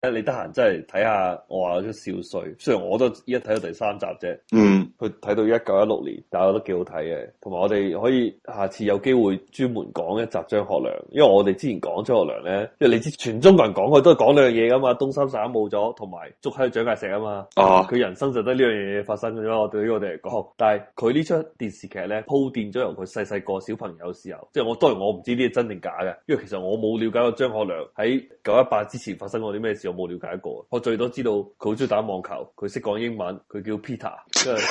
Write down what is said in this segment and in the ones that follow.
誒，你得閒真係睇下我話嗰出少帥，雖然我都依家睇到第三集啫，嗯，佢睇到一九一六年，但係我覺得幾好睇嘅。同埋我哋可以下次有機會專門講一集張學良，因為我哋之前講張學良咧，因為你知全中國人講佢都係講兩樣嘢噶嘛，東三省冇咗，同埋捉喺蔣介石啊嘛。啊，佢人生就得呢樣嘢發生嘅啫嘛，對於我哋嚟講。但係佢呢出電視劇咧鋪墊咗由佢細細個小朋友時候，即係我當然我唔知呢啲真定假嘅，因為其實我冇了解過張學良喺九一八之前發生過啲咩事，我冇了解過。我最多知道佢好中意打網球，佢識講英文，佢叫 Peter，跟住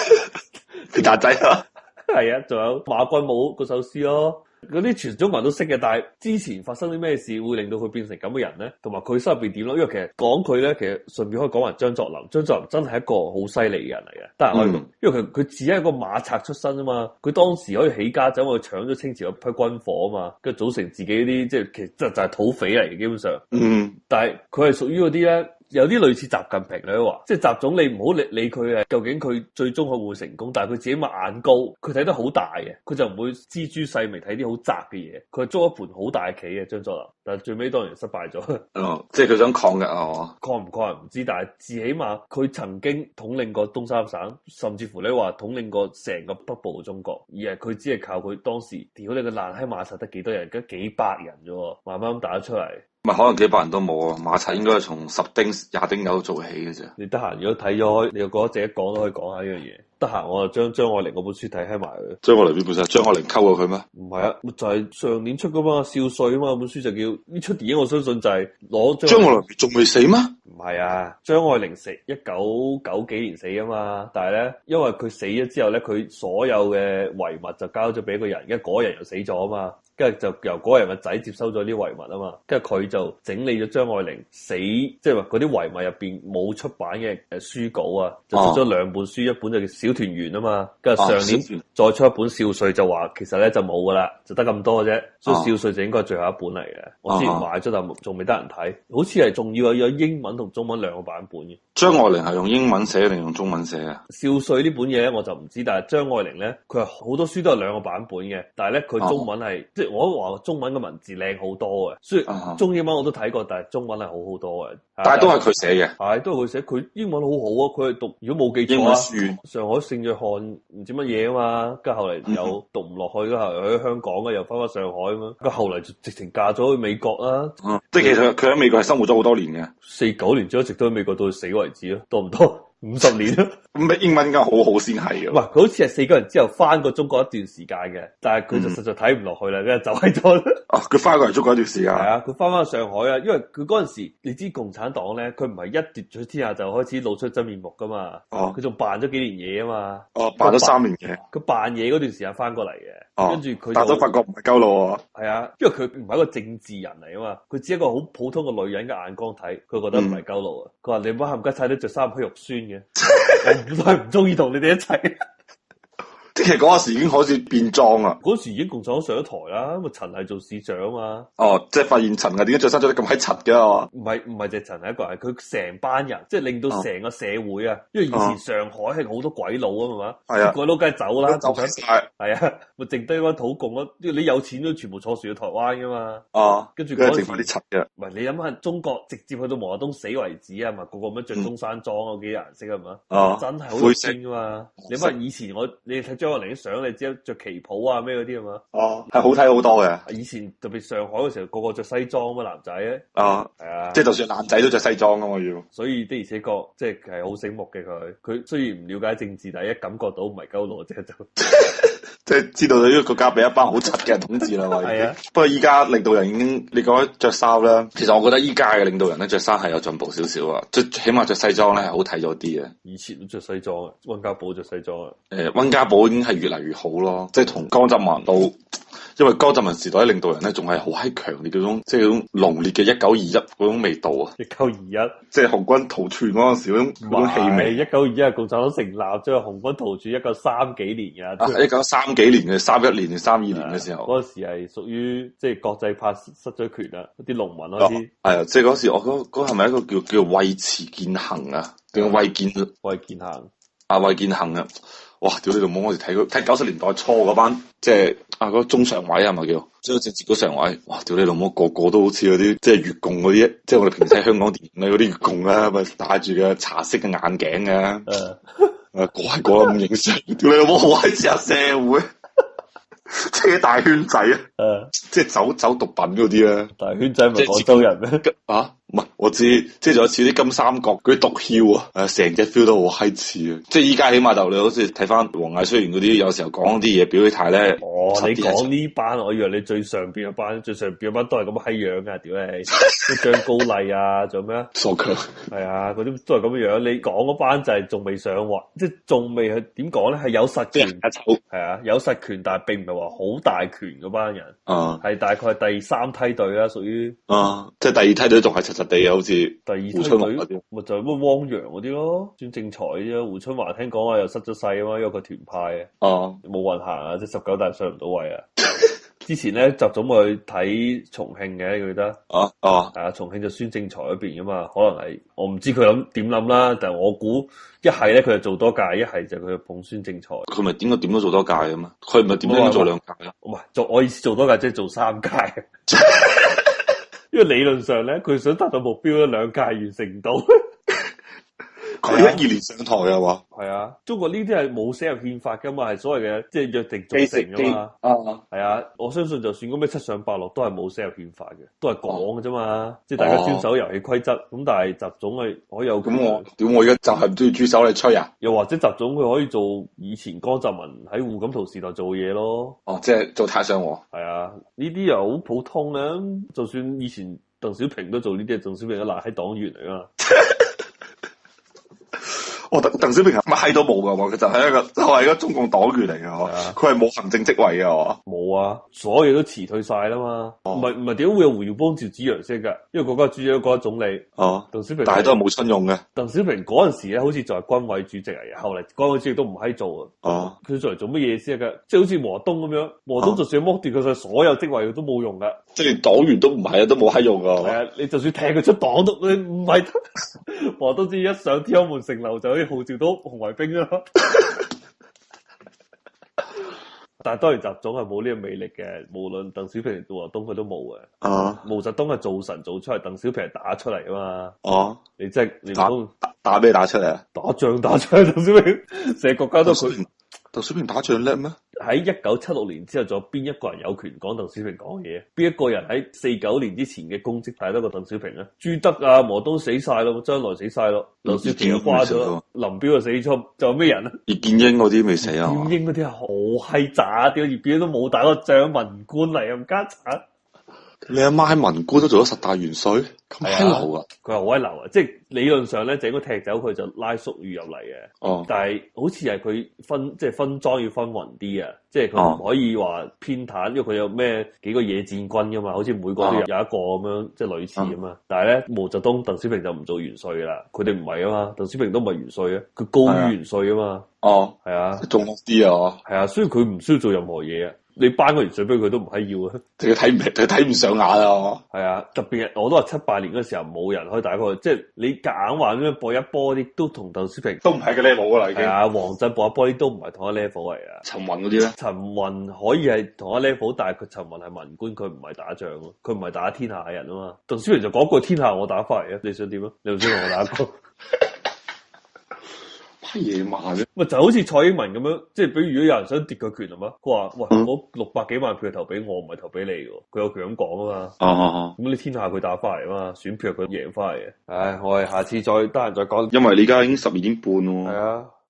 佢大仔啊， 係啊，仲有馬君武嗰首詩咯。嗰啲全中國人都識嘅，但係之前發生啲咩事會令到佢變成咁嘅人咧？同埋佢心入邊點咯？因為其實講佢咧，其實順便可以講埋張作霖。張作霖真係一個好犀利嘅人嚟嘅，得閒可以講嗯因為佢佢只係一個馬賊出身啊嘛。佢當時可以起家就因為佢搶咗清朝一批軍火啊嘛，跟住組成自己啲即係其實就就係土匪嚟嘅基本上。嗯，但係佢係屬於嗰啲咧，有啲類似習近平咧話，即係習總你唔好理理佢係究竟佢最終佢會唔會成功，但係佢自己咪眼高，佢睇得好大嘅，佢就唔會锱銖細微睇啲好窄嘅嘢，佢係捉一盤好大嘅棋嘅張作霖，但係最尾當然失敗咗。 哦，即係佢想抗日啊，嘛，抗唔抗人唔知，但係至起碼佢曾經統領過東三省，甚至乎你話統領過成個北部嘅中國，而係佢只係靠佢當時屌你個爛閪馬實得幾多人，而家幾百人啫喎，慢慢咁打出嚟。咪可能幾百人都冇啊，馬賊應該係從十丁廿丁友做起嘅啫。你得閒如果睇咗，你又覺得自己講都可以講下呢樣嘢。得閒我就將張愛玲嗰本書睇開埋佢。張學良邊本身，啊張學良溝過佢咩？唔係啊，就係、上年出噶嘛，少帥啊嘛，本書就叫呢出電影，我相信就係攞張張學良仲未死咩？唔係啊，張愛玲死一九九幾年死啊嘛，但係咧，因為佢死咗之後咧，佢所有嘅遺物就交咗俾一個人，跟住嗰個人又死咗啊嘛，跟住就由嗰個人嘅仔接收咗啲遺物啊嘛，跟住佢就整理咗張愛玲死，即係話嗰啲遺物入邊冇出版嘅誒書稿啊，就出咗兩本書，一本就叫《小團圓》啊嘛，跟住上年哦小團再出一本《少帥》，就話其實咧就冇噶啦，就得咁多啫，所以哦《少帥》就應該係最後一本嚟嘅。我之前啊買咗，但仲未得人睇，好似係仲要有英文同中文兩個版本嘅。張愛玲係用英文寫定用中文寫啊？少帥呢本嘢咧，我就唔知，但係張愛玲咧，佢係好多書都係兩個版本嘅，但係咧啊佢中文係，即係我話中文嘅文字靚好多嘅，雖啊哈然中英文我都睇過，但係中文係好好多嘅。但係都係佢寫嘅，係都係佢寫，佢英文好好啊！佢係讀，如果冇記英錯文啊，書上海聖約翰唔知乜嘢啊嘛，跟住後嚟又 讀唔落去，跟住後嚟去香港啊，又翻返上海咁樣，跟住後嚟就直情嫁咗去美國啦，嗯即係其實佢喺美國係生活咗好多年嘅。四九年之後一直都喺美國到佢死為止咯，多唔多？ 五十年咯，咁英文應該好好先係唔係嘅。佢好似係四九年之後翻過中國一段時間嘅，但係佢嗯就實在睇唔落去啦，跟住走喺咗啦。 啊，佢翻過嚟中國一段時間係，啊，佢翻翻上海啊，因為佢嗰陣時，你知共產黨咧，佢唔係一奪取天下就開始露出真面目噶嘛，哦佢仲扮咗幾年嘢啊嘛。哦，扮咗三年嘅，佢扮嘢嗰段時間翻過嚟嘅，哦跟住佢但就都發覺唔係鳩路啊。係啊，因為佢唔係一個政治人嚟啊嘛，佢只係一個好普通嘅女人嘅眼光睇，佢覺得唔係鳩路嗯啊。佢話你唔好冚家鏟都着衫好肉酸 嘅，我唔都係唔中意同你哋一齊。即係嗰陣時已經開始變裝啦。嗰時已經共產黨上咗台啦，咁啊陳係做市長啊嘛，哦，即係發現陳啊，點解着衫着得咁閪柒嘅啊？唔係唔係就陳係一個人，佢成班人即係令到哦成個社會啊，因為以前上海係好多鬼佬啊嘛，係啊啲鬼佬梗係走啦，就共產晒係啊，咪剩低嗰班土共咯，因為你有錢都全部坐船去台灣噶嘛。啊，跟住佢嗰係陣剩翻啲時，柒嘅。唔係你諗下，中國直接去到毛澤東死為止啊，咪個個咁樣着中山裝嗰幾顏色係嘛，嗯啊，真係好灰肉色酸噶嘛！色你諗下以前我你睇張學良啲相，你知着旗袍啊咩嗰啲係嘛？啊哦，係好睇好多嘅。以前特別上海嘅時候，個個着西裝啊男仔咧，啊，係啊即係，就算男仔都着西裝噶嘛要。所以的而且確即係係好醒目嘅佢，佢雖然唔了解政治，但係一感覺到唔係鳩路即係就即係知道呢個國家俾一班好柒嘅人統治啦嘛。已經 係啊。不過依家領導人已經，你講着衫咧，其實我覺得依家嘅領導人咧着衫係有進步少少啊，即起碼着西裝咧係好睇咗啲嘅。 以前都着西裝啊，温家寶着西裝啊，誒温家寶已經係越嚟越好咯，即係同江澤民到，因為江澤民時代啲領導人咧仲係好閪強烈嗰種，即係嗰種濃烈嘅一九二一嗰種味道啊，一九二一。即係紅軍逃竄嗰陣時嗰種嗰種氣味。一九二一係共產黨成立，即係紅軍逃駐一九三幾年啊！嘅。一九三幾年嘅三一年定三二年嘅時候，嗰時係屬於即係國際法失咗權啦，啲農民哦開始係啊，即係嗰時我嗰嗰係咪一個叫叫魏慈健行啊，定係魏健為健行，啊，魏建行啊，哇！屌你老母！我哋睇佢睇九十年代初嗰班，即係啊嗰、個中常委係咪叫？即係直接嗰常委，哇！屌你老母，個個都好似嗰啲即係越共嗰啲，即係我哋平時喺香港電影咧嗰啲越共啦，咪戴住個茶色嘅眼鏡嘅、啊，誒，個係個咁影相， 屌你老母，好閪似下社會， 即係大圈仔啊！誒，即係走走毒品嗰啲啊咧。但係圈仔唔係即係廣州人咩？啊，唔係，我知，即係仲有似啲金三角嗰啲毒梟啊，誒，成隻 feel 都好閪似啊！即係依家起碼就你好似睇翻黃毅雖然嗰啲有時候講啲嘢表起態咧， 哦，差你啲係講呢班，我以為你最上邊嗰班，最上邊嗰班都係咁閪樣噶，屌 你，張高麗啊，仲有咩啊？傻 強，係啊，嗰啲都係咁樣。你講嗰班就係仲未上位，即係仲未係點講咧？係有實即係權，一抽係啊，有實權，但係並唔係話好大權嗰班人，啊係大概係第三梯隊啦，屬於啊！即係第二梯隊仲係柒柒地啊，好似第二梯胡春華嗰隊啲，咪就係乜汪洋嗰啲咯，專政才啫。胡春華聽講話又失咗勢啊嘛，因為佢團派啊。啊冇運行啊，即係十九大上唔到 位啊。之前咧，習總咪去睇重慶嘅，你記得？啊啊！啊，重慶就孫政才嗰邊噶嘛，可能係我唔知佢諗點諗啦，但係我估一係咧佢就做多屆，一係就佢就捧孫政才。佢咪應該點都做多屆嘅嘛？佢唔係點都應該做兩屆啊？唔係做我意思做多屆即係做三 屆，因為理論上咧佢想達到目標咧兩屆完成唔到。佢一二年上台啊話，係啊，中國呢啲係冇寫入憲法噶嘛，係所謂嘅即係約定俗成噶嘛。啊！係啊，我相信就算嗰咩七上八落都係冇寫入憲法嘅，都係哦講嘅啫嘛，即係大家遵守遊戲規則。咁但係習總係可以有咁我屌我而家就係唔中意豬手你吹啊！又或者習總佢可以做以前江澤民喺胡錦濤時代做嘅嘢咯。哦，即係做太上皇。係啊，呢啲又好普通嘅，就算以前鄧小平都做呢啲，鄧小平都賴喺黨員嚟啊。我鄧鄧小平係乜閪都冇噶喎，佢就係一個就係一個中共黨員嚟嘅係啊喎，佢係冇行政職位嘅喎。冇啊，所有嘢都辭退晒啦嘛。哦唔係唔係，點會有胡耀邦、趙紫陽先㗎？因為國家主席、國家總理，哦，鄧小平。但係都係冇春用嘅。鄧小平嗰陣時咧，好似就係軍委主席嚟嘅，後嚟軍委主席都唔閪做啊。哦，佢做嚟做乜嘢先得噶？即係好似毛澤東咁樣，毛澤東就算剝奪佢嘅所有職位，佢都冇用噶。即係連黨員都唔係啊，都冇閪用噶。係啊，你就算踢佢出黨都，你唔係 毛澤東只要一上天安門城樓就可以號召到紅衛兵啊啦。 但係當然習總係冇呢個魅力嘅，無論鄧小平、毛澤東佢都冇嘅。啊，毛澤東係造神做出嚟，鄧小平係打出嚟啊嘛。哦，你真係你唔打通打打咩打出嚟啊？打仗 打出嚟，鄧小平成個國家都佢。平，鄧小平打仗叻咩？喺一九七六年之後，仲有邊一個人有權講鄧小平講嘢？邊一個人喺四九年之前嘅功績大得過鄧小平咧？朱德啊、毛澤東死晒咯，周恩來死晒咯，劉少奇又瓜咗啦，林彪又死咗，仲有咩人啊？葉劍英嗰啲未死啊？葉係嘛劍英嗰啲係好閪渣，屌葉劍英都冇打過仗，文官嚟咁家產，你阿媽喺民官都做咗十大元帥，咁係啊閪流啊！佢係好閪流啊！即係理論上咧，就應該踢走佢就拉粟裕入嚟嘅。哦，但係好似係佢分即係分裝要分勻啲啊，即係佢唔可以話偏袒，因為佢有咩幾個野戰軍噶嘛，好似每個都有有一個咁樣，即係類似咁啊。但係咧，毛澤東、鄧小平就唔做元帥啦，佢哋唔係啊嘛，鄧小平都唔係元帥啊，佢高於元帥啊嘛，哦，係啊，仲惡啲啊！係啊，所以佢唔需要做任何嘢啊，你頒個元帥俾佢都唔係要啊。佢睇唔佢睇唔上眼啊！係啊，特別係我都話七八年嗰時候冇人可以打過去，即係你夾硬話咁樣搏一波啲，都同鄧小平都唔係嘅 level 噶啦，已係啊、王振搏一波啲都唔係同一 level 嚟啊。陳雲嗰啲咧，陳雲可以係同一 level，但係佢陳雲係文官，佢唔係打仗咯，佢唔係打天下人啊嘛。鄧小平就講過天下我打翻嚟啊，你想點啊？你唔想同我打 過？乜野蠻啫！咪就好似蔡英文咁樣，即係比如如果有人想奪佢權啊係嘛，佢話喂嗯我六百幾萬票投俾我，唔係投俾你嘅，佢有權咁講啊嘛。哦哦咁你天下佢打翻嚟啊嘛，選票係佢贏翻嚟嘅。唉，我哋下次再得閒再講。因為你而家已經十二點半喎係啊，